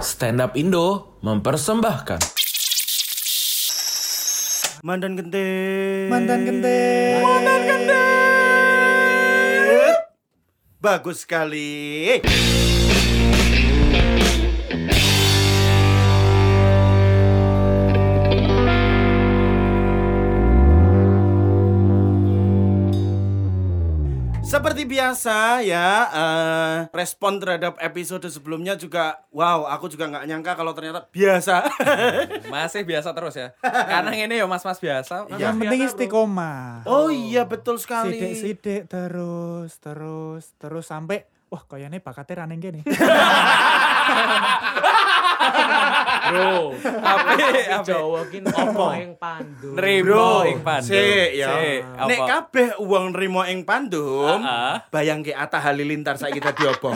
Stand Up Indo mempersembahkan. Mandan Genteng. Mantan genteng. Mantan Bagus sekali. Seperti biasa ya, eh, respon terhadap episode sebelumnya juga, wow, aku juga nggak nyangka kalau ternyata biasa. Masih biasa terus ya. Karena ini ya mas-mas biasa. Mas Yang penting istiqomah. oh iya betul sekali. Sidik-sidik terus, terus, terus sampai wah kayaknya bakatnya raneng gini. Ya, Bro, Tapi apa? dijowokin opo yang pandu. Nerimo ing pandum. Sik ya. Sik, apa? Nek kabeh uang nrimo ing pandum, Ah, bayangke Atta Halilintar saiki dadi opo?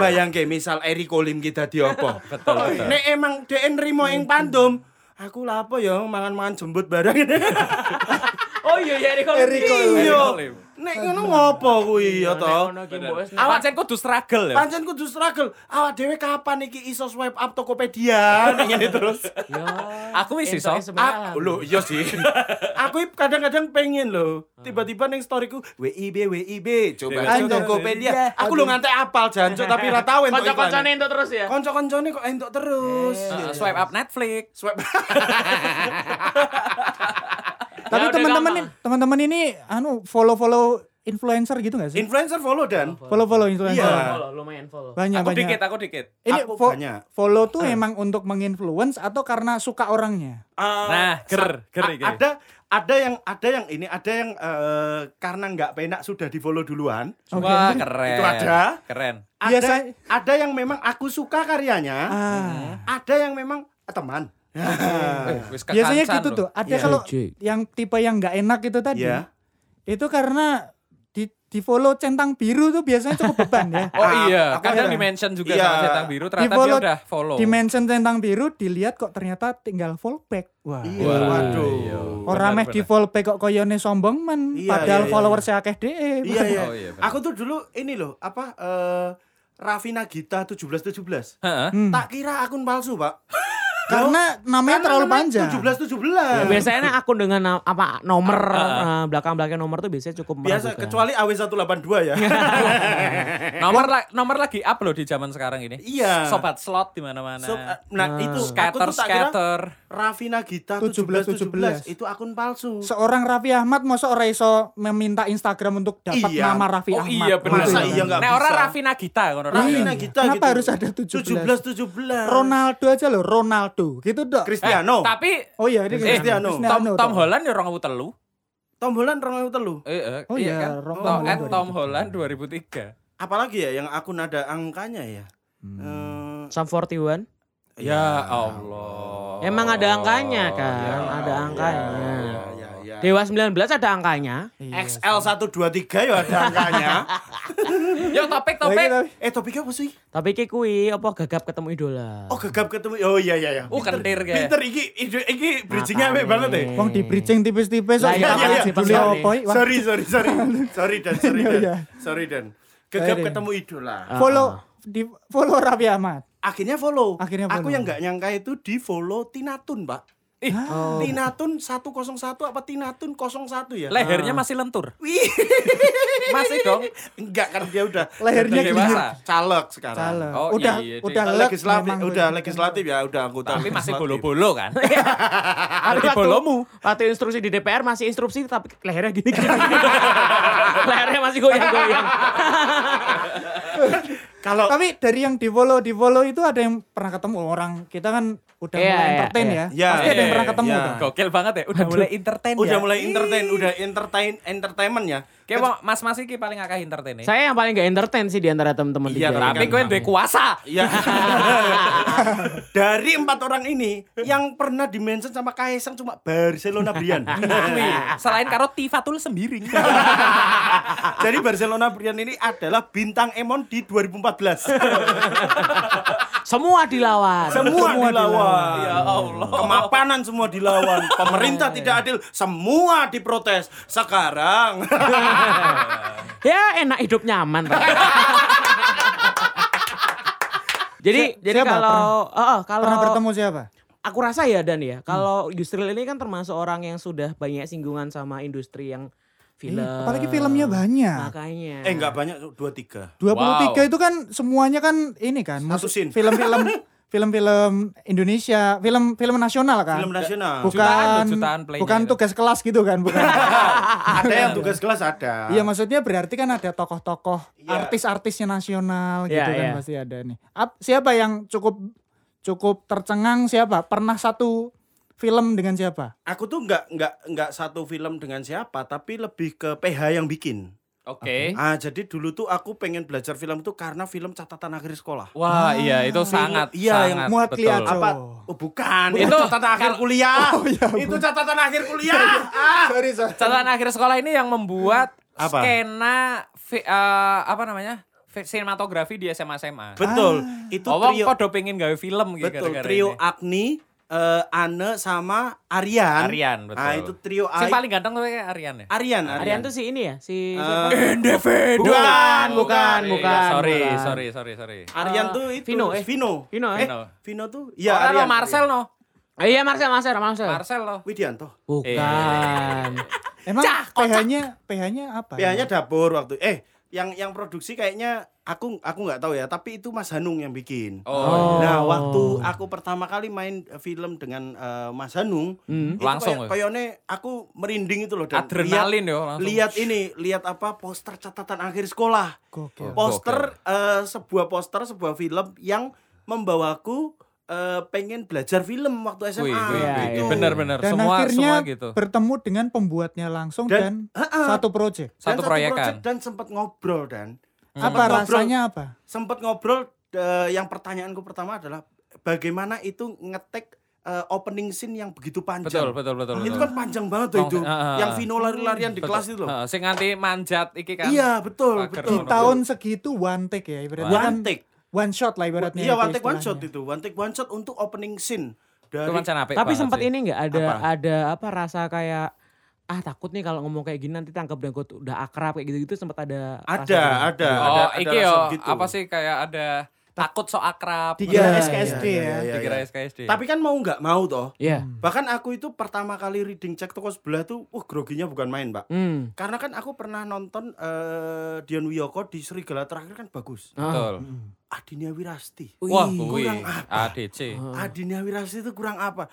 bayangke misal Eri Kolim kita dadi opo? Nek emang dhek nrimo ing pandum, aku lah apa ya mangan-mangan jembut barang. Oh iya ya Eriko. Eriko. Iya. Kolim. Nek ngono ngopo kuwi ya to? Awak cen kudu struggle ya. Pancen kudu struggle. Awak dhewe kapan iki iso swipe up Tokopedia? Nek Ngene terus. Aku wis iso. Aku lho iya sih. aku kadang-kadang pengen loh. Tiba-tiba neng storyku WIB WIB coba aja Anjay. Tokopedia. Aku lho ngantek apal jancuk tapi ra tau entuk Kocok-kocoknya iklane. itu terus ya. Konco-koncone kok entuk terus. Uh, Swipe up Netflix. Swipe. Tapi udah teman-teman gampang. ini- teman-teman ini anu follow-follow influencer gitu gak sih? Influencer follow dan Follow-follow influencer. Iya. Follow, lumayan follow. Banyak Aku banyak. dikit, aku dikit. Ini Aku fo- banyak. follow tuh emang untuk menginfluence atau karena suka orangnya? eh, Nah, ger, ger a- iki. ada ada yang ada yang ini ada yang eh, karena nggak penak sudah di follow duluan. Oke. Wah, keren. Itu ada. Keren. Ada Biasa- ada yang memang aku suka karyanya. Ah. Ada yang memang eh, teman. Eh, wis Biasanya kekancan gitu loh. tuh. Ada Iya. kalau yang tipe yang nggak enak itu tadi. Iya. Itu karena di di follow centang biru tuh biasanya cukup beban ya. Oh iya, Ah, aku kadang heran. di mention juga Iya. sama centang biru ternyata dia Di-follow- udah follow. Di mention centang biru dilihat kok ternyata tinggal follow back. Wah. Iya, waduh. Ora meh di follow back kok koyone sombong men. Iya, Padahal iya, iya. followers akeh dhewe. Iya, iya. Oh, iya, benar. Aku tuh dulu ini loh, apa eh Rafina Gita 1717. Heeh. Hmm. Tak kira akun palsu, Pak. Karena namanya terlalu panjang. Ya, 1717. Nah, Biasanya akun dengan na- apa nomor eh, belakang-belakang nomor tuh biasanya Ah, cukup ya. Biasa meragukan. kecuali AW182 ya. Nomor la- nomor lagi up loh di zaman sekarang ini. Eh, Iya. Sobat slot di mana-mana. So, eh, nah itu aku Scatter tuh tak kira scatter. Rafina Gita 1717. 1717 itu akun palsu. Seorang Raffi Ahmad masa ora iso meminta Instagram untuk dapat Iya. nama Raffi Oh Ahmad. iya benar. Masa Gitu. iya nggak Nah, orang bisa? Raffi Nagita ngono. Rafina Iya. Gita Kenapa gitu. harus ada 17? 1717. Ronaldo aja loh, Ronaldo. Gitu dok. Cristiano. Tapi Oh iya, ini Eh, Cristiano. Tom, Cristiano, Tom Tom. Holland ya orang telu. Tombolan 2003. Eh, eh, Oh iya, kan? Tom, Ro- Tom eh, Holland Tom Holland 2003. Apalagi ya yang akun ada angkanya ya. Hmm. Eh, Sum 41. Ya Allah. Emang ada angkanya kan? Eh, Ya, ada angkanya. iya, ya, ya. Dewa 19 ada angkanya. XL123 ya ada angkanya. Yuk topik-topik. iya, eh topiknya apa sih? Tapi kayak kui apa gagap ketemu idola. Oh gegap ketemu. Oh iya iya iya. Uh, kentir kayak. Pinter iki ide- iki Nah, bridgingnya apik banget ya. Wong Hmm. di bridging tipis-tipis. Nah, Lah, kok iya, nggak iya, dibeli iya. apa, iya. Wah, Sorry sorry sorry. sorry dan sorry Iya, dan. iya. Ah. Sorry dan. Gegap Sorry. ketemu idola. Ah. Follow di follow Raffi Ahmad. Akhirnya follow. Akhirnya Aku follow. yang nggak nyangka itu di follow Tinatun, Pak. Ih, Tinatun 101 apa Tinatun 01 ya? lehernya masih lentur. Wih. Masih dong. Enggak kan dia udah Lehernya udah gini. Caleg sekarang. Salah. Oh, udah iya, iya, udah Nah, lek legislatif, memang udah gitu. legislatif ya, udah anggota. Tapi masih legislatif. bolo-bolo kan. Ah, Tapi Di waktu- bolomu. Waktu instruksi di DPR masih instruksi tapi lehernya gini. gini. lehernya masih goyang-goyang. Kalau Tapi dari yang di follow di follow itu ada yang pernah ketemu orang kita kan udah Iya, mulai iya, entertain iya. ya. Iya, Pasti ada yang iya, pernah ketemu iya. kan. Gokil banget ya. Udah mulai entertain udah ya. mulai entertain, udah entertain entertainment ya. Kayak mau- mas-mas iki paling akeh entertain ya. Saya yang paling gak entertain sih di antara teman-teman Iya, tiga Tapi ini. gue duwe kuasa. Ya. Dari empat orang ini yang pernah dimention sama Kaisang cuma Barcelona Brian. Wih, Selain karo Tifatul sembiring. Jadi Barcelona Brian ini adalah bintang Emon di 2014. semua dilawan. Semua, dilawan. Ya Allah. Kemapanan semua dilawan. Pemerintah tidak adil, semua diprotes. Sekarang ya enak hidup nyaman. Pak. Jadi Si- jadi siapa? kalau oh, oh, iya. kalau Pernah bertemu siapa? aku rasa ya Dan ya, kalau Yusril ini kan termasuk orang yang sudah banyak singgungan sama industri yang film. Ih, apalagi filmnya banyak. Makanya. Eh enggak banyak, dua tiga. 23 Wow. itu kan semuanya kan ini kan Satu maksud- scene. film-film film-film Indonesia, film film nasional kan. Film nasional. Bukan Jutaan loh, jutaan play-nya bukan itu. tugas kelas gitu kan, bukan. ada yang tugas kelas ada. Iya maksudnya berarti kan ada tokoh-tokoh Iya. artis-artisnya nasional gitu Iya, kan iya. pasti ada nih. Ap- siapa yang cukup cukup tercengang siapa? Pernah satu film dengan siapa? Aku tuh enggak enggak enggak satu film dengan siapa, tapi lebih ke PH yang bikin. Oke. Ah, jadi dulu tuh aku pengen belajar film tuh karena film catatan akhir sekolah. Wah, iya itu sangat iya, yang sangat muat betul. kelihatan. Apa? Oh. Oh, bukan. Bukan. Itu catatan akhir Kal- kuliah. itu catatan akhir kuliah. ah. Catatan akhir sekolah ini yang membuat Apa? skena fi- eh, apa namanya? fi- sinematografi di SMA SMA. Betul. Itu Wong trio podo pengen gawe film Oh, gitu Betul, gara-gara trio ini. Agni, eh, Ane sama Aryan. Aryan, betul. Ah, itu trio Si Ai- paling ganteng tuh kayak Aryan ya? Aryan, Arian tuh si ini ya, si siapa? Eh, Bukan, bukan, Iya, bukan. Sorry, bukan. sorry, sorry, sorry. Aryan Eh, tuh itu Vino, eh. Vino. Vino, eh. Eh, Vino tuh Ya, ya Aryan. Marcel no. Eh, iya Marcel, Marcel, Marcel. Marcel no. Widianto. Bukan. Emang PH-nya PH-nya apa? PH-nya dapur waktu eh yang yang produksi kayaknya aku aku nggak tahu ya tapi itu Mas Hanung yang bikin. Oh. Nah waktu aku pertama kali main eh, film dengan eh, Mas Hanung itu Langsung, kayak- kayaknya aku merinding itu loh lihat, Adrenalin ya, langsung. lihat ini lihat apa poster catatan akhir sekolah Gokil. Oh, poster eh, sebuah poster sebuah film yang membawaku eh, pengen belajar film waktu SMA Wih, wih, Iya, wih. iya. gitu. Bener-bener. Dan Semua akhirnya semua gitu. bertemu dengan pembuatnya langsung Dan- dan, satu project. Dan Satu proyekan. project dan sempat ngobrol dan Hmm. Apa Ngobrol. rasanya apa? sempat ngobrol eh, yang pertanyaanku pertama adalah bagaimana itu ngetek eh, opening scene yang begitu panjang. Betul, betul, betul, Itu betul. kan panjang banget tuh Long- itu. ah, ah, ah. Yang Vino lari-larian di Betul. kelas itu loh. Heeh, sing nganti manjat iki kan. Iya, betul, betul. Pager. Di tahun segitu one take ya ibaratnya kan one take. one shot lah ibaratnya. Iya, itu one take one shot istilahnya. itu. One take one shot untuk opening scene dari Itu pancen apik Tapi banget sempat sih. ini nggak ada Apa? ada apa rasa kayak ah takut nih kalau ngomong kayak gini nanti tangkap dan gua tuh udah akrab kayak gitu-gitu sempat ada, ada rasa- gitu. ada, ada, Oh, ada iki rasa gitu. yo begitu. apa sih kayak ada takut so akrab. Dikira Iya, Iya, SKSD iya, ya. iya, Hmm. Dikira SKSD. Tapi kan mau nggak mau toh. Iya. Bahkan aku itu pertama kali reading cek toko sebelah tuh, wah groginya bukan main, Pak. Hmm. Karena kan aku pernah nonton eh, Dion Wiyoko di Serigala terakhir kan bagus. betul. Adinia Wirasti. Wah, kuwi kurang apa? ADC. Adinia Wirasti itu kurang apa?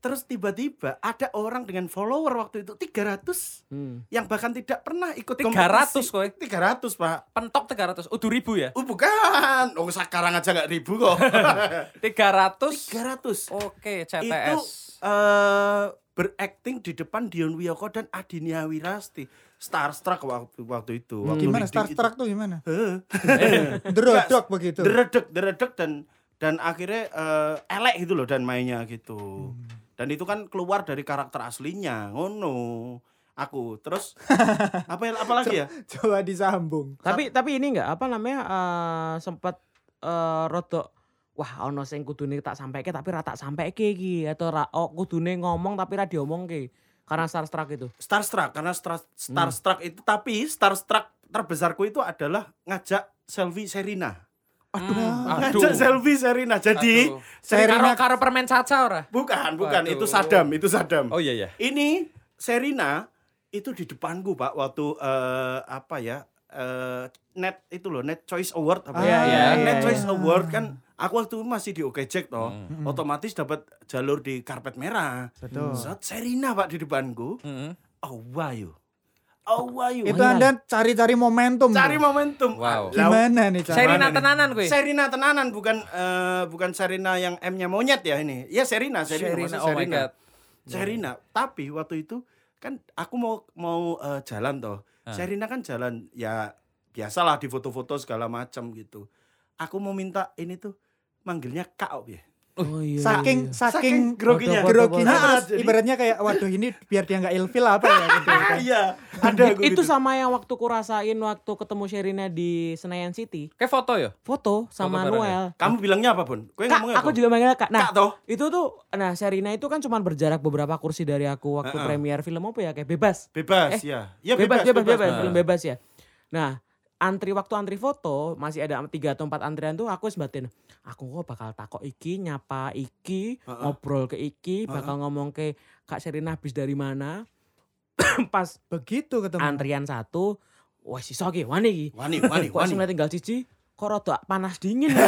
Terus tiba-tiba ada orang dengan follower waktu itu 300 Hmm. yang bahkan tidak pernah ikut 300 kowe? 300 pak. Pentok 300. Oh, 2000 ya? Oh bukan, oh sekarang aja nggak ribu kok. 300. 300 Oke, itu CTS. eh berakting di depan Dion Wiyoko dan Adinia Wirasti. Starstruck waktu waktu itu. Waktu Gimana reading Star itu. Trek tuh gimana? Heeh. Derodok begitu. deredek deredek dan dan akhirnya eh, elek gitu loh dan mainnya gitu dan itu kan keluar dari karakter aslinya ngono aku terus apa apa lagi ya Coba disambung. Tapi tapi ini nggak apa namanya eh, sempat eh, rodok wah ono sing kudune tak sampaike tapi ra tak sampeike iki atau ra oh, kudune ngomong tapi ra diomongke karena starstruck itu. starstruck karena stra- starstruck itu tapi starstruck terbesarku itu adalah ngajak selfie Serina Aduh. ngajak selfie Serina jadi Aduh. Serina Karo karo permen caca ora? bukan bukan Waduh. itu Sadam itu Sadam Oh iya iya. ini Serina itu di depanku pak waktu eh, apa ya eh, net itu loh net choice award apa Ah, ya? iya, net iya, choice iya. Hmm. award kan aku waktu itu masih di OKJek toh otomatis dapat jalur di karpet merah Betul. Saat Serina pak di depanku Heeh. oh wayo oh wayo Itu Anda cari-cari momentum. cari tuh. momentum Wow. Lah, Gimana nih cara? Serina nih? tenanan kuwi. Serina tenanan bukan eh, bukan Serina yang M-nya monyet ya ini. Ya Serina, Serina, Serina, maksudnya oh my Serina. God. Iya, Serina, tapi waktu itu kan aku mau mau eh, jalan toh. Ah. Serina kan jalan ya biasalah di foto-foto segala macam gitu. Aku mau minta ini tuh manggilnya Kak Op ya. Oh iya. Saking saking Saking groginya. groginya Nah, terus jadi- ibaratnya kayak waduh ini biar dia nggak ilfil apa ya gitu. Ah, Iya, ada aku itu gitu. sama yang waktu kurasain waktu ketemu Sherina di Senayan City Kayak foto ya? foto bareng sama ya? Noel. Kamu bilangnya apa, Bun? Kowe Kak, ngomongnya aku apa? juga manggil kak. Nah, Kak toh. itu tuh, nah Serina itu kan cuman berjarak beberapa kursi dari aku waktu premier film apa ya, kayak bebas. bebas Eh, ya. Ya bebas, bebas, bebas, Nah. film bebas ya. Nah, antri waktu antri foto masih ada tiga atau empat antrian tuh aku sebatin aku kok bakal takok iki nyapa iki Heeh. ngobrol ke Heeh. iki bakal ngomong ke Kak Serina habis dari mana pas Begitu ketemu. antrian satu wah si Sogi wani iki Wani, wani, kok wani. langsung tinggal cici kok rada panas dingin ya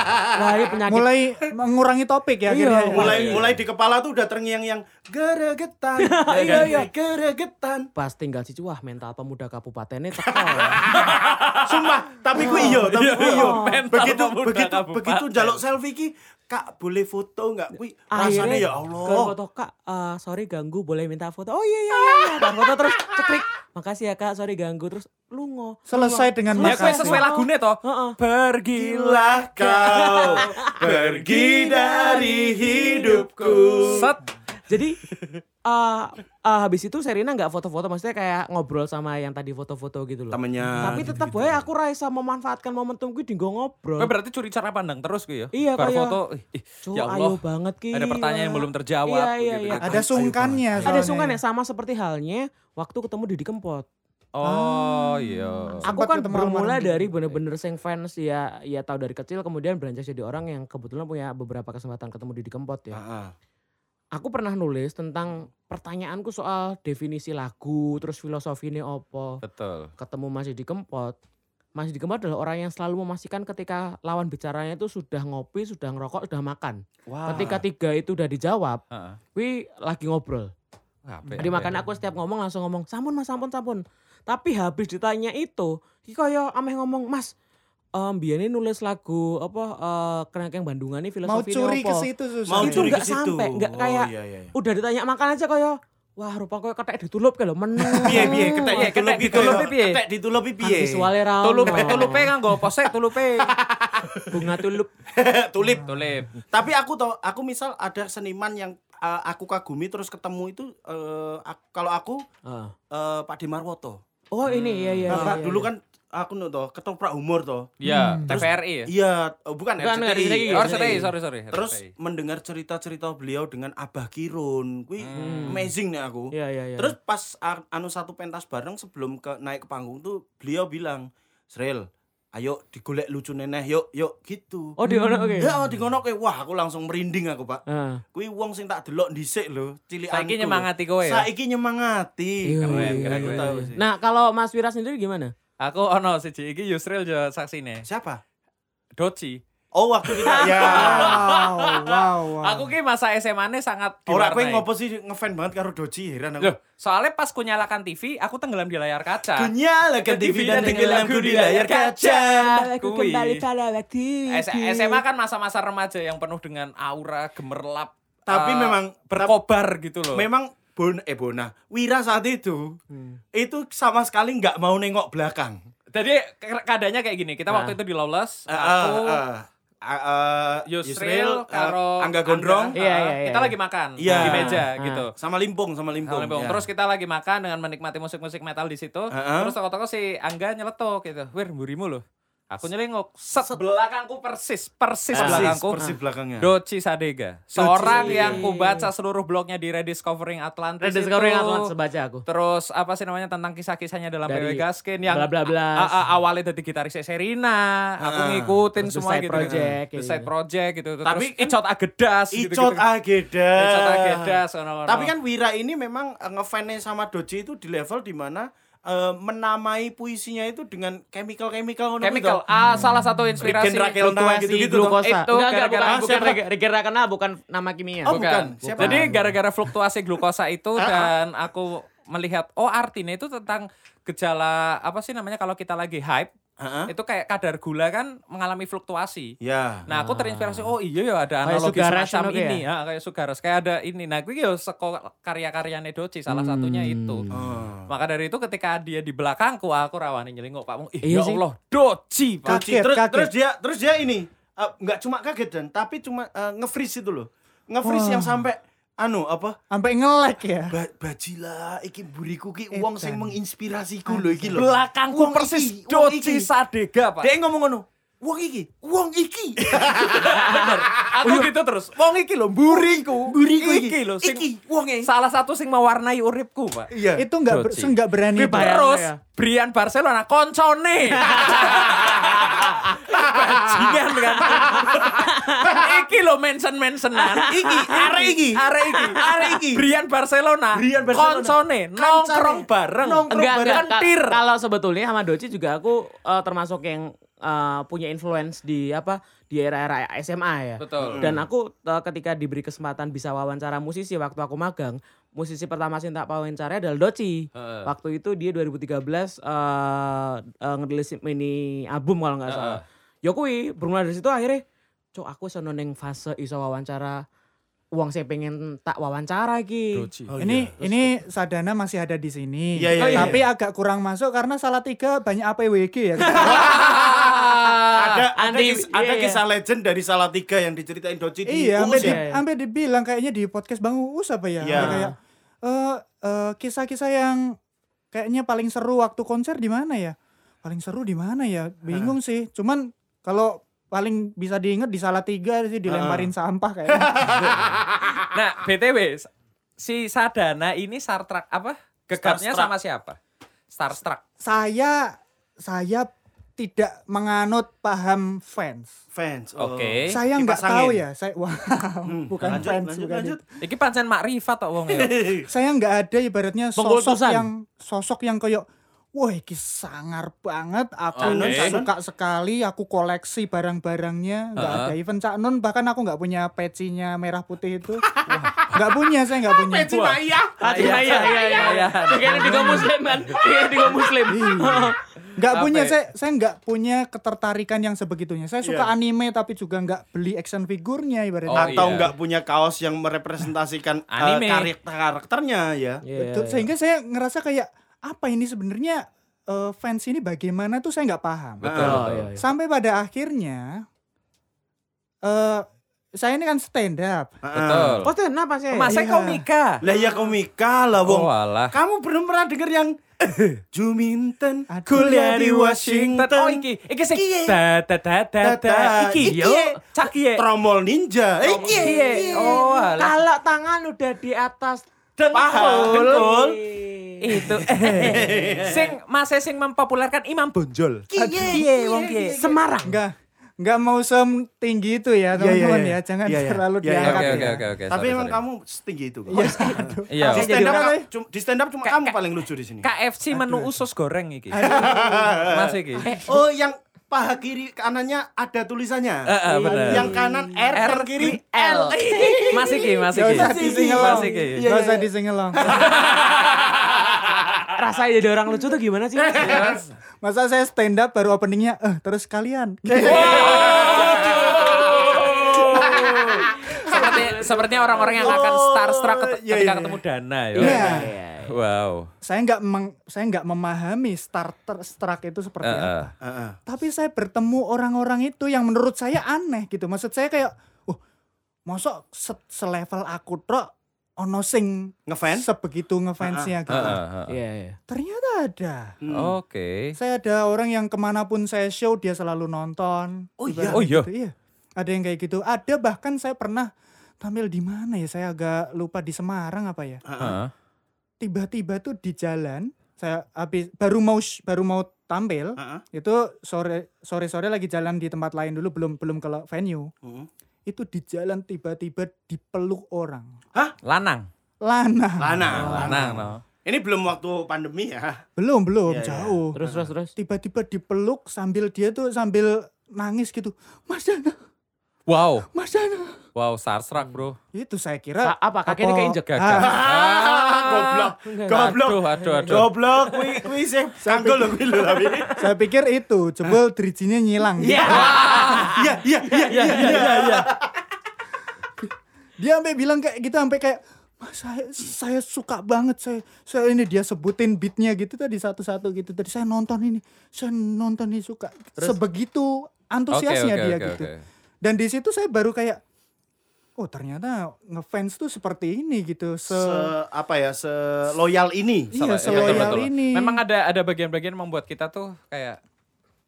lah ini penyakit Mulai mengurangi topik ya Iya, akhirnya. mulai mulai di kepala tuh udah terngiang-ngiang geregetan iya kan? iya geregetan pas tinggal cici wah mental pemuda kabupatennya teko sumpah tapi ku iyo tapi ku iyo Iya, Mental begitu pemuda begitu kabupaten. begitu jaluk selfie ki kak boleh foto nggak kui rasanya akhirnya ya ke Allah foto kak eh, sorry ganggu boleh minta foto oh iya iya iya iya Tar foto terus ceklik makasih ya kak sorry ganggu terus lungo Selesai dengan Ya kue makasih. sesuai lagunya toh. Heeh. Gila Pergilah. kau pergi dari hidupku Set. jadi eh, eh, habis itu Serena nggak foto-foto maksudnya kayak ngobrol sama yang tadi foto-foto gitu loh temennya tapi tetap gitu-gitu. wae aku raisa memanfaatkan momentum gue di ngobrol Kue berarti curi cara pandang terus gue ya. Iya, Bar kayak- foto. ih, ih, Cuk, ya Allah. ayo banget ki Ada pertanyaan yang belum terjawab. Iya, iya, gitu. iya. Ada sungkannya ada soalnya. sungkan ya sama seperti halnya waktu ketemu Didi Kempot Hmm. Oh iya. aku Sempat kan ketemu gitu. bermula almarhum Didi. dari bener-bener sing fans ya ya tahu dari kecil kemudian beranjak jadi orang yang kebetulan punya beberapa kesempatan ketemu Didi Kempot ya Heeh. aku pernah nulis tentang pertanyaanku soal definisi lagu terus filosofinya opo Betul. ketemu Mas Didi Kempot Mas Didi Kempot adalah orang yang selalu memastikan ketika lawan bicaranya itu sudah ngopi sudah ngerokok sudah makan Wah. ketika tiga itu udah dijawab Heeh. wi lagi ngobrol Apik, jadi apik. makanya aku setiap ngomong langsung ngomong sampun mas sampun sampun tapi habis ditanya itu iki kaya ameh ngomong mas um, biyen nulis lagu apa eh kerangkeng Bandungan ini Mau filosofi curi ke apa?" situ susah. mau Itu curi nggak ke situ sampai, nggak Oh, kayak- iya, iya, iya. udah ditanya makan aja kaya wah rupa kaya ketek ditulup kalau meneng piye piye ketek Piye, ditulupi piye. ketek ditulupi piye? ketek ditulupi Kan piye visualnya ra Tulup, ono. tulupe nganggo posek tulupe. bunga tulup tulip Tulip. Tapi aku tau, aku misal ada seniman yang uh, aku kagumi terus ketemu itu eh, ak- kalau aku Ah. eh, Pak Dimarwoto. oh ini iya iya Nah, iya, iya. dulu kan aku nu toh ketoprak humor toh. Iya, Hmm. TVRI ya. Iya, eh, bukan Bukan, RCTI. RCTI, Oh, RCTI. RCTI, sorry, sorry. Terus RCTI. mendengar cerita-cerita beliau dengan Abah Kirun, kui amazing nih aku. iya iya iya Terus pas a- anu satu pentas bareng sebelum ke naik ke panggung tuh beliau bilang, "Sril, ayo digolek lucu neneh, yuk, yuk." gitu. oh di ono oke Ya, oh, digonoke. Wah, aku langsung merinding aku, Pak. Ah. Kuwi wong sing tak delok dhisik lho, cilikanku. Saiki nyemangati kowe ya? Saiki nyemangati. Iya, iya, keren, iya, keren. iya, Tahu iya. sih. Nah kalau Mas Wira sendiri gimana? Aku ono siji iki Yusril jo saksine. Siapa? Doci. Oh, waktu kita ya. Wow, wow, wow. Aku ki masa SMA-ne sangat Ora kowe diwarnai. ngopo sih ngefan banget karo Doji, heran aku. Loh, ah. soalnya pas ku nyalakan TV, aku tenggelam di layar kaca. Dunia laga TV dan tenggelamku di layar kaca. Aku kembali pada SMA kan masa-masa remaja yang penuh dengan aura gemerlap. Tapi eh, memang berkobar gitu loh. Memang Bon eh Bona, Wira saat itu Hmm. itu sama sekali nggak mau nengok belakang. Jadi ke- keadaannya kayak gini. Kita waktu itu di Eh, Lawless, aku eh, eh, eh, eh, Ah, oh. eh, Yusril, karo Angga Gondrong Angga, Iya, eh, iya, iya, Kita iya. lagi makan Iya. di meja Ah. gitu. sama Limpung sama Limpung. Sama Limpung. ya. Terus kita lagi makan dengan menikmati musik-musik metal di situ. Heeh. Terus toko-toko si Angga nyeletuk gitu. Wir, mburimu loh. Aku nyelengok. Set, belakangku persis, persis, persis belakangku. persis belakangnya. Doci Sadega. Seorang yang kubaca seluruh blognya di Rediscovering Atlantis Red Discovering itu. Atlas sebaca aku. Terus apa sih namanya tentang kisah-kisahnya dalam Dari PW Gaskin yang bla bla bla. a- a- awalnya dari gitaris Serina, aku ngikutin Terus The semua Side gitu. Project, The kayak Side gitu. Project gitu. Tapi Terus Icot Agedas gitu. Icot Ageda. Icot Agedas ono-ono. Tapi kan Wira ini memang eh, ngefansnya sama Doji itu di level dimana eh, menamai puisinya itu dengan chemical-chemical ngono Chemical gitu. ah, salah satu inspirasi Regen Rakel Noah gitu-gitu toh. glukosa. Itu Hmm. Enggak, enggak, gara-gara- bukan, Ah, bukan siapa? Reg- Regen Rakana, bukan nama kimia. Oh, Bukan. bukan. Siapa? Jadi gara-gara fluktuasi glukosa Ah, itu dan aku melihat oh artinya itu tentang gejala apa sih namanya kalau kita lagi hype Heeh. itu kayak kadar gula kan mengalami fluktuasi. Ya. Nah, aku terinspirasi oh iya ya ada Kayak analogi sugar rush semacam gitu ya? ini ya, kayak sugar rush, kayak ada ini. Nah, gue yo seko karya-karya Nedoci salah satunya itu. Oh. Maka dari itu ketika dia di belakangku aku rawani nyelingok Pak Mung. Ih, ya Iya sih. Allah, Doci, Pak. Doji. Kaget, terus kaget. terus dia terus dia ini eh, nggak cuma kaget dan tapi cuma eh, nge-freeze itu loh. Nge-freeze yang sampai anu apa? Sampai ngelek ya. Ba bajila iki buriku ki wong sing menginspirasiku lho iki lho. Belakangku Wong persis iki, wong Doci iki. Sadega, Pak. Dia ngomong ngono. wong iki, wong iki. Bener. Aku gitu terus. Wong iki lho mburiku. Mburiku oh iya. iki. iki lho sing Iki, e. wonge. Salah satu sing mewarnai uripku, Pak. Iya. Itu nggak ber, Joji. se- nggak berani. Ini Pak. bayar. terus ya. Brian Barcelona koncone. Bajingan kan. iki lho mention-mentionan. Iki, arek iki. Arek iki. Arek iki. Brian Barcelona. Brian Barcelona. Koncone, nongkrong bareng. Nongkrong Enggak, enggak. Ka- Kentir. Kalau sebetulnya sama Doci juga aku eh, termasuk yang eh, punya influence di apa di era-era SMA ya. Betul. Dan aku eh, ketika diberi kesempatan bisa wawancara musisi waktu aku magang, musisi pertama sih tak wawancara adalah Doci. Heeh. Waktu itu dia 2013 eh eh, ngerilis mini album kalau nggak salah. Ya kuwi, bermula dari situ akhirnya cok aku iso neng fase iso wawancara uang saya pengen tak wawancara ki. Oh, ini ini Sadana masih ada di sini. Iya, iya, iya. tapi agak kurang masuk karena salah tiga banyak APWG ya. Oh, iya. ada ada, anti- kis- ada iya, iya. kisah legend dari Salatiga yang diceritain Doci di iya, Uus sampai di, ya. iya. sampai dibilang kayaknya di podcast Bang Uus apa ya? Iya. Ada Kayak eh, eh, kisah-kisah yang kayaknya paling seru waktu konser di mana ya? Paling seru di mana ya? Bingung sih. Cuman kalau paling bisa diinget di salah tiga sih dilemparin sampah kayaknya. Nah, BTW si Sadana ini Sartrak apa? Gegapnya Starstruck. sama siapa? Starstruck. saya saya tidak menganut paham fans. fans. Oh, Oke. Eh, Hmm, saya nggak kipas tahu angin. ya. Saya wah, bukan lanjut, fans lanjut, bukan lanjut. itu. Iki pancen makrifat tok wong ya. Saya nggak ada ibaratnya sosok Pengkultusan. yang sosok yang kayak Wah, ini sangar banget. Aku Oke. suka sekali. Aku koleksi barang-barangnya. Nggak Ha-ha. ada event Cak Nun. Bahkan aku nggak punya pecinya merah putih itu. Wah, nggak punya, saya nggak punya. Peci Maya. iya iya iya iya. Kayaknya tiga muslim kan. Kayaknya tiga muslim. Nggak punya, Apa ya? saya saya nggak punya ketertarikan yang sebegitunya. Saya suka anime tapi juga nggak beli action figurnya Iya. ibaratnya. Oh, Atau iya. nggak punya kaos yang merepresentasikan eh, Anime. karakter-karakternya ya. Betul. Sehingga saya ngerasa kayak apa ini sebenarnya eh, fans ini bagaimana tuh saya nggak paham. Betul. Oh, iya, iya. Sampai pada akhirnya eh saya ini kan stand up. Ah. Betul. Oh, itu kenapa sih? Masa Iya. komika. Lah ya komika lah wong. Oh, alah. Kamu belum pernah denger yang Juminten Aduh. kuliah di Washington. Oh iki, iki sing Kiye. da da da da da. Iki yo cak iya. ye. Tromol ninja. Iki. Kiye. iya. Oh, alah. Kalau tangan udah di atas Paham. Betul. Iya. Itu sing mase sing mempopulerkan Imam Bonjol. Iya, Kiye. Kiye wong kiye. Semarang. Nggak nggak mau setinggi itu ya teman-teman iya, iya. ya. Jangan Iya, iya. terlalu Iya, iya, diangkat Oke ya. oke oke oke. Tapi sorry, emang sorry. kamu setinggi itu. kok. Iya. Di stand up Jadi orang- cuma- di stand up cuma kamu paling lucu di sini. KFC menu usus goreng iki. Eh, Mas iki. Oh, yang paha kiri kanannya ada tulisannya. Eh, Iya, eh, bener. Yang kanan R, R yang kiri E. L. Mas iki, Mas Nggak iki. usah di singelong. Mas iki. Iya, Iya. Nggak usah di singelong. Rasanya jadi ya orang lucu tuh gimana sih? Mas? Masa saya stand up baru openingnya eh terus kalian. Seperti sepertinya orang-orang yang akan starstruck ket- iya, ketika iya. ketemu Dana ya. Iya. Wow. saya nggak meng- saya nggak memahami starter struck itu seperti Eh, eh. apa. Tapi saya bertemu orang-orang itu yang menurut saya aneh gitu. Maksud saya kayak, uh, mosok se- selevel aku tok ono sing Ngefans? sebegitu ngefansnya gitu. Eh, eh, eh. Iya, iya. Ternyata ada. Hmm. Oke. Saya ada orang yang kemanapun saya show dia selalu nonton. Oh iya? Ibaratnya Oh iya? gitu, iya. Ada yang kayak gitu. Ada bahkan saya pernah tampil di mana ya? Saya agak lupa di Semarang apa ya? Heeh. tiba-tiba tuh di jalan saya habis baru mau sh- baru mau tampil Heeh. itu sore sore sore lagi jalan di tempat lain dulu belum belum ke venue Heeh. itu di jalan tiba-tiba dipeluk orang Lanang. lana Lana. Lanang. no. Ini belum waktu pandemi ya. belum belum Iya, iya. jauh Terus terus terus. tiba-tiba dipeluk sambil dia tuh sambil nangis gitu mas dana Wow. mas dana Wow, starstruck, Bro. itu saya Ka- kira Apa kakinya Apa? keinjek? Gagal. Ah, goblok. Goblok. Aduh, aduh, aduh. Goblok kuwi kuwi sih sanggul lho kuwi lho tapi. saya pikir itu jebol dricinya nyilang Iya iya iya iya. dia sampai bilang kayak gitu sampai kayak Mas, saya saya suka banget saya saya ini dia sebutin beatnya gitu tadi satu-satu gitu tadi saya nonton ini saya nonton ini suka sebegitu antusiasnya Oke, oke, dia oke, gitu oke. dan di situ saya baru kayak oh ternyata ngefans tuh seperti ini gitu se, Se apa ya se loyal ini. iya Iya, betul, seloyal betul. ini Memang ada ada bagian-bagian yang membuat kita tuh kayak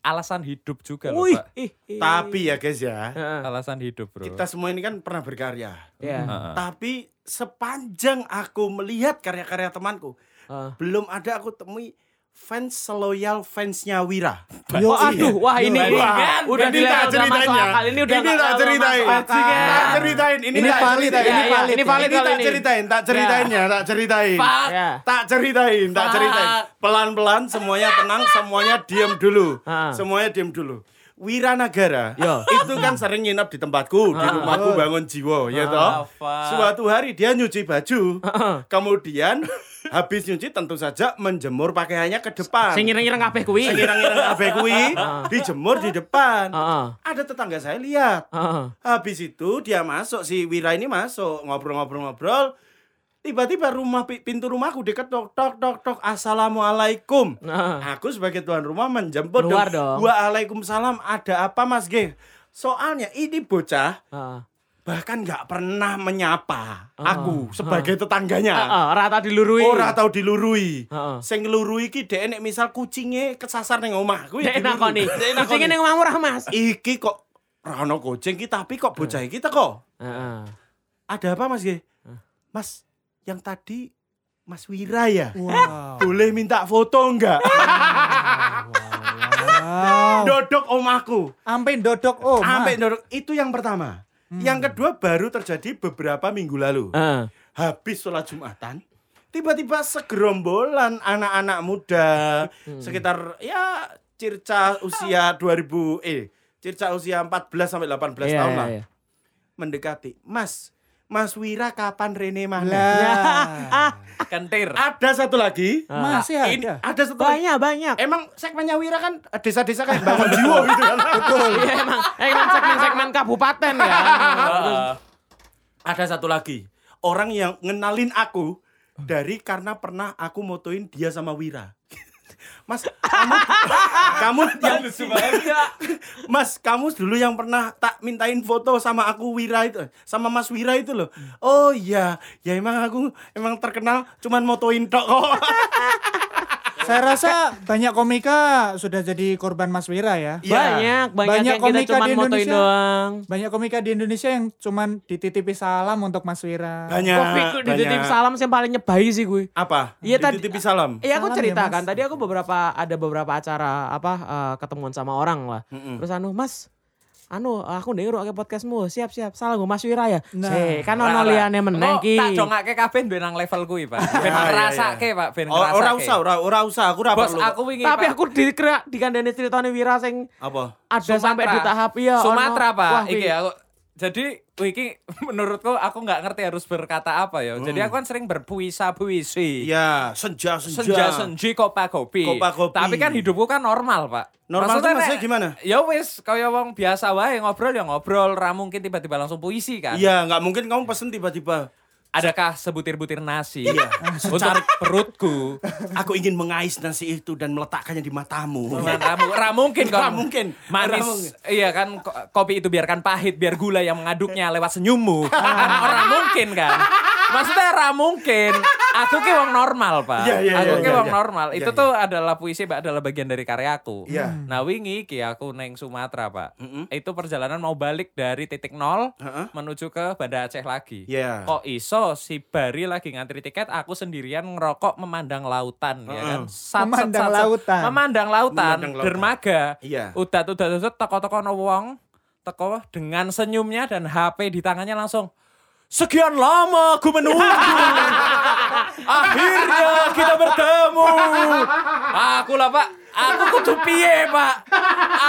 alasan hidup juga loh, Wih, Pak. ih, ih. Tapi ya guys Iya. ya, Heeh. Alasan hidup, Bro. kita semua ini kan pernah berkarya. Iya. Heeh. Tapi sepanjang aku melihat karya-karya temanku, Heeh. belum ada aku temui fans seloyal fansnya Wira. Yo, Oh aduh, wah ini Wah, udah ini tak dilevel udah masuk ceritanya. akal, ini udah Ini nggak tak terlalu ceritain. masuk akal. Tak ceritain. Ini, Ini tak valid, ceritain. ya, ya, ini valid Ini kalau tak ini. ceritain, tak ceritain ya, tak ceritain. Ya. Tak ceritain, tak ceritain. Pelan-pelan semuanya tenang, semuanya diam dulu. Ha. Semuanya diam dulu. Wiranagara itu kan sering nginep di tempatku, di rumahku bangun jiwa, ya toh. fuck. Suatu hari dia nyuci baju, kemudian habis nyuci tentu saja menjemur pakaiannya ke depan. Sing ireng-ireng kabeh kuwi. Ireng-ireng kabeh kuwi dijemur di depan. Iya. Heeh. Ada tetangga saya lihat. Heeh. Habis itu dia masuk si Wira ini masuk ngobrol-ngobrol-ngobrol. Tiba-tiba rumah pi- pintu rumahku diketok tok tok tok assalamualaikum. Nah. Aku sebagai tuan rumah menjemput Keluar dong. Waalaikumsalam. Ada apa Mas G? Soalnya ini bocah Heeh. bahkan nggak pernah menyapa aku sebagai tetangganya. Heeh, rata dilurui. Oh, Ora tau dilurui. Heeh. Sing ngelurui iki dhek nek misal kucinge kesasar ning omah kuwi. Dek dilurui. nakoni. Dhek Kucing nakoni. ning omahmu ra, Mas. Iki kok ra ono kucing iki tapi kok bocah iki teko. Heeh. Ada apa Mas G? Mas, yang tadi Mas Wira ya? Wow. Boleh minta foto enggak? wow. Dodok omahku. Ampe dodok "Oh, om. Sampai dodok itu yang pertama. Yang kedua baru terjadi beberapa minggu lalu. Heeh. habis sholat Jumatan tiba-tiba segerombolan anak-anak muda Hmm. sekitar ya circa usia 2000 eh circa usia 14 sampai 18 Iya, tahun iya, lah iya. mendekati Mas Mas Wira kapan Rene mana Lah. kentir. ada satu lagi Masih ini ada. ada satu lagi. Ah. Banyak, banyak. emang segmennya Wira kan eh, desa-desa kayak bangun jiwa gitu kan Iya emang, emang segmen-segmen kabupaten Iya. ya. ada satu lagi orang yang ngenalin aku dari karena pernah aku motoin dia sama Wira Mas, kamu, kamu yang ya. Mas, kamu dulu yang pernah tak mintain foto sama aku Wira itu, sama Mas Wira itu loh. Hmm. Oh iya, ya emang aku emang terkenal cuman motoin tok kok. Saya rasa banyak komika sudah jadi korban Mas Wira Iya. ya. Banyak, banyak, Banyak yang kita komika cuma di motoin Indonesia. doang. Banyak komika di Indonesia yang cuman dititipi salam untuk Mas Wira. Banyak. Kopiku di banyak. titip salam yang paling nyebai sih gue. Apa? Iya, tadi- Dititipi salam. Iya Salam aku ya, cerita Mas. kan tadi aku beberapa ada beberapa acara apa eh, ketemuan sama orang lah. Terus anu Mas anu aku dengar ke podcastmu. Siap siap. Salam gue Mas Wira ya. Nah. Sih, kan ono liyane meneng ki. Tak dongake kabeh ben nang level kuwi, Pak. Ya, ya, Ben ya. ngrasake, Pak, ben Oh, ngrasake. ora usah, ora ora usah, aku ora Bos, perlu. aku wingi Tapi Pak. aku dikira dikandani ceritanya Wira sing apa? ada sampai di tahap iya. ono. Sumatera, Pak. Wah, iki ya. ki. aku jadi iki menurutku aku nggak ngerti harus berkata apa ya. Jadi aku kan sering berpuisa-puisi. Iya, senja senja. senja senji kopa kopi. Kopa kopi. Tapi kan hidupku kan normal pak. Normal tuh maksudnya nek- gimana? Ya wis, kaya wong biasa wae ngobrol ya ngobrol, ra mungkin tiba-tiba langsung puisi kan. Iya, nggak mungkin kamu pesen tiba-tiba. Adakah sebutir-butir nasi Iya. untuk perutku? Aku ingin mengais nasi itu dan meletakkannya di matamu. Iya. Bukan Nah, ramu, ra mungkin kan. Ra mungkin. Manis. Ra mungkin. Iya kan ko- kopi itu biarkan pahit biar gula yang mengaduknya lewat senyummu. kan orang mungkin kan. Maksudnya ra mungkin. Aku ki wong normal, Pak. Iya, iya, aku iya, ki iya, wong iya. normal. Iya, itu iya. tuh adalah puisi Pak, adalah bagian dari karyaku. Iya. Nah, wingi ki aku neng Sumatera, Pak. Itu perjalanan mau balik dari titik nol Heeh. menuju ke Banda Aceh lagi. Iya. Kok iso si Bari lagi ngantri tiket, aku sendirian ngerokok memandang lautan ya kan. Sat, sat, Memandang sat, sat. lautan. Memandang lautan, Memandang lautan. dermaga. Iya. Udah udah udah teko-teko no wong, teko dengan senyumnya dan HP di tangannya langsung Sekian lama aku menunggu. Akhirnya kita bertemu. Aku lah pak, aku kudu piye pak.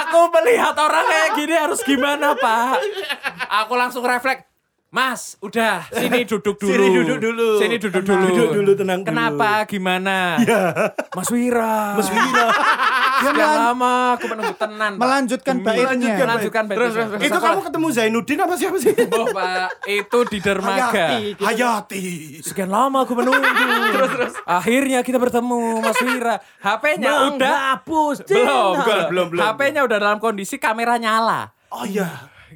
Aku melihat orang kayak gini harus gimana pak. Aku langsung refleks. Mas, udah sini duduk dulu. Sini duduk dulu. Sini duduk Tenang. dulu. Duduk dulu, tenang dulu. Iya. Kenapa? Gimana? Mas Wira. Mas Wira. Sekian lama aku menunggu tenan. Pak. Melanjutkan Demi- baitnya. Melanjutkan baitnya. Terus, terus, terus. Itu kamu ketemu Zainuddin apa siapa sih? Boh, Pak, itu di dermaga. Hayati. Sekian lama aku menunggu. terus terus. Akhirnya kita bertemu Mas Wira. HP-nya udah Menghapus belum, cinta. Belum, belum, belum. HP-nya udah dalam kondisi kamera nyala. Oh iya.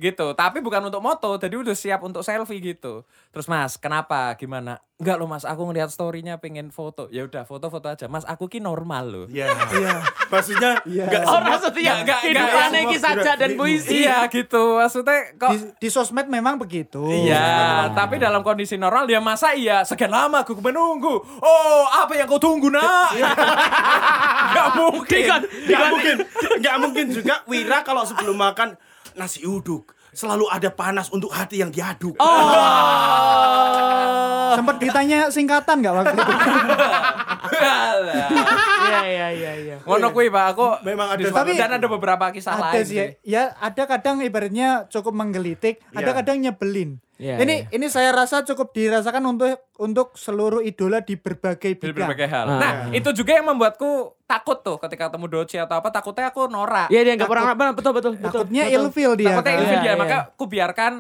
gitu. Tapi bukan untuk moto, jadi udah siap untuk selfie gitu. Terus Mas, kenapa? Gimana? Enggak loh Mas, aku ngelihat story-nya pengen foto. Ya udah foto-foto aja. Mas, aku ki normal loh. Iya. Iya. Maksudnya Iya. enggak Oh, maksudnya Nggak, nggak, hidup nggak. aneh iki saja dan puisi. Iya gitu. Maksudnya kok Di, di sosmed memang begitu. Iya, tapi dalam kondisi normal ya masa iya sekian lama aku menunggu. Oh, apa yang kau tunggu nak? Gak mungkin. Nggak mungkin. Enggak mungkin juga Wira kalau sebelum makan nasi uduk selalu ada panas untuk hati yang diaduk. Sempat ditanya singkatan nggak waktu itu? Iya iya iya iya. Ngono kuwi Pak, aku Memang ada. di- Tapi- dan ada beberapa kisah ada lain. sih ya. Ya, ada kadang ibaratnya cukup menggelitik, ada Iya. kadang nyebelin. Iya, ini ini saya rasa cukup dirasakan untuk untuk seluruh idola di Di berbagai bidang. berbagai hal. Nah, itu juga yang membuatku takut tuh ketika ketemu Doci atau apa, takutnya aku norak. Iya dia nggak pernah apa betul betul betul. Takutnya betul. ilfil dia. takutnya kan. ilfil Iya, dia, iya. maka aku biarkan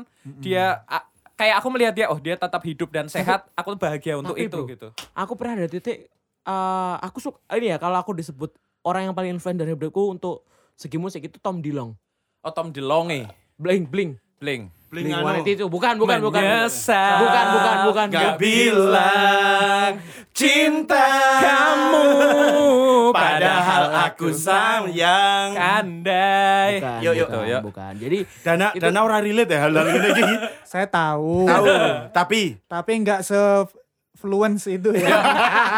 dia a- kayak aku melihat dia, oh dia tetap hidup dan sehat, aku bahagia untuk tapi, itu Bro, gitu. Aku pernah ada titik eh, aku suka ini ya kalau aku disebut orang yang paling influen dari hidupku untuk segi musik itu Tom Dilong. Oh Tom DeLonge, Bling bling. bling. anu. Bling Blingano. One itu bukan bukan bukan. Menyesal. Bukan bukan bukan. Gak bilang cinta kamu Padahal aku sayang. andai. Bukan, Yuk, yuk. bukan, Yuk. bukan. Jadi Dana, dana ora relate ya hal-hal ini iki. Saya tahu, Tahu, tapi tapi nggak se fluence itu ya.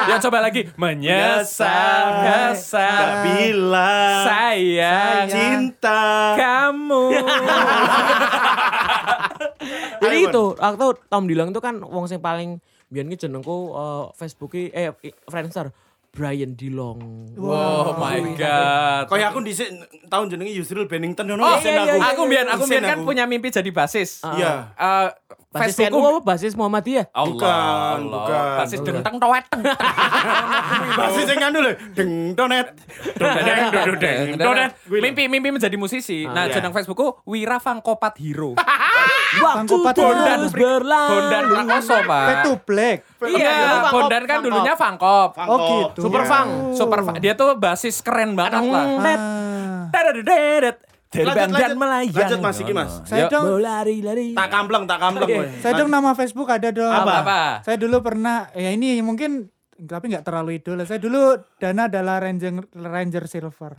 Ya coba lagi menyesal nggak kesal bilang sayang cinta. kamu. Jadi Ayo, Bon. itu waktu Tom Dilong itu kan wong sing paling biyen ki jenengku eh, Facebook eh i- Friendster Brian Dilong. oh my god. Kayak aku dhisik tahun jenenge Yusril Bennington ngono Oh, isin aku, aku biar aku Isin biar kan aku. punya mimpi jadi basis. Iya. Eh, Basis Facebookku- NU apa basis Muhammadiyah? Allah, Bukan, Allah. bukan. Basis dengteng towet. Basis Ah, sing anu lho, deng donet. Dodeng dodeng donet. Mimpi mimpi menjadi musisi. Nah, Iya. jeneng Facebookku Wira Fangkopat Hero. Waktu Pangkopat terus Bondan. Bondan berlalu. Prakoso, Back Pak. to black. Iya, Iya, Fangkop, Bondan kan Fangkop. dulunya Fangkop. Oh gitu. Super funk. Super fa- dia tuh basis keren banget lah. Ah. Tadadadadad. Dari Lanjut, Bangdan lanjut. melayang. Lanjut, Mas, iki, Mas. Saya Yuk. dong, Lari-lari. Tak kampleng, tak kampleng kowe. saya dong nama Facebook ada dong. Apa? Apa? Saya dulu pernah ya ini mungkin tapi nggak terlalu idola. Saya dulu Dana adalah Ranger Ranger Silver.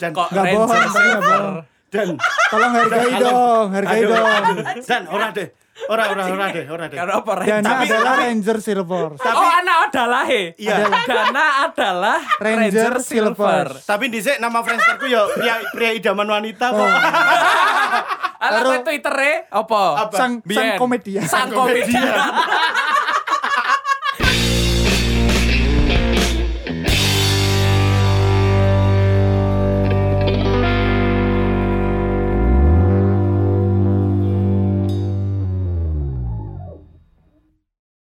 Dan Kok Nggak bohong, Ranger saya nggak bohong. dan Tolong hargai dong, hargai Aduh, dong. aduh. Dan ora deh. Ora ora ora deh, ora deh. Karena apa Ranger? Dana Tapi- adalah Ranger Silver. oh, anak adalah he. Iya. Dana adalah Ranger, Ranger Silver. Silver. Tapi dhisik nama Friendsterku ya pria, pria idaman wanita kok. Alah kowe Twitter e apa? Apa? Sang, sang Bien. komedian. Sang komedian.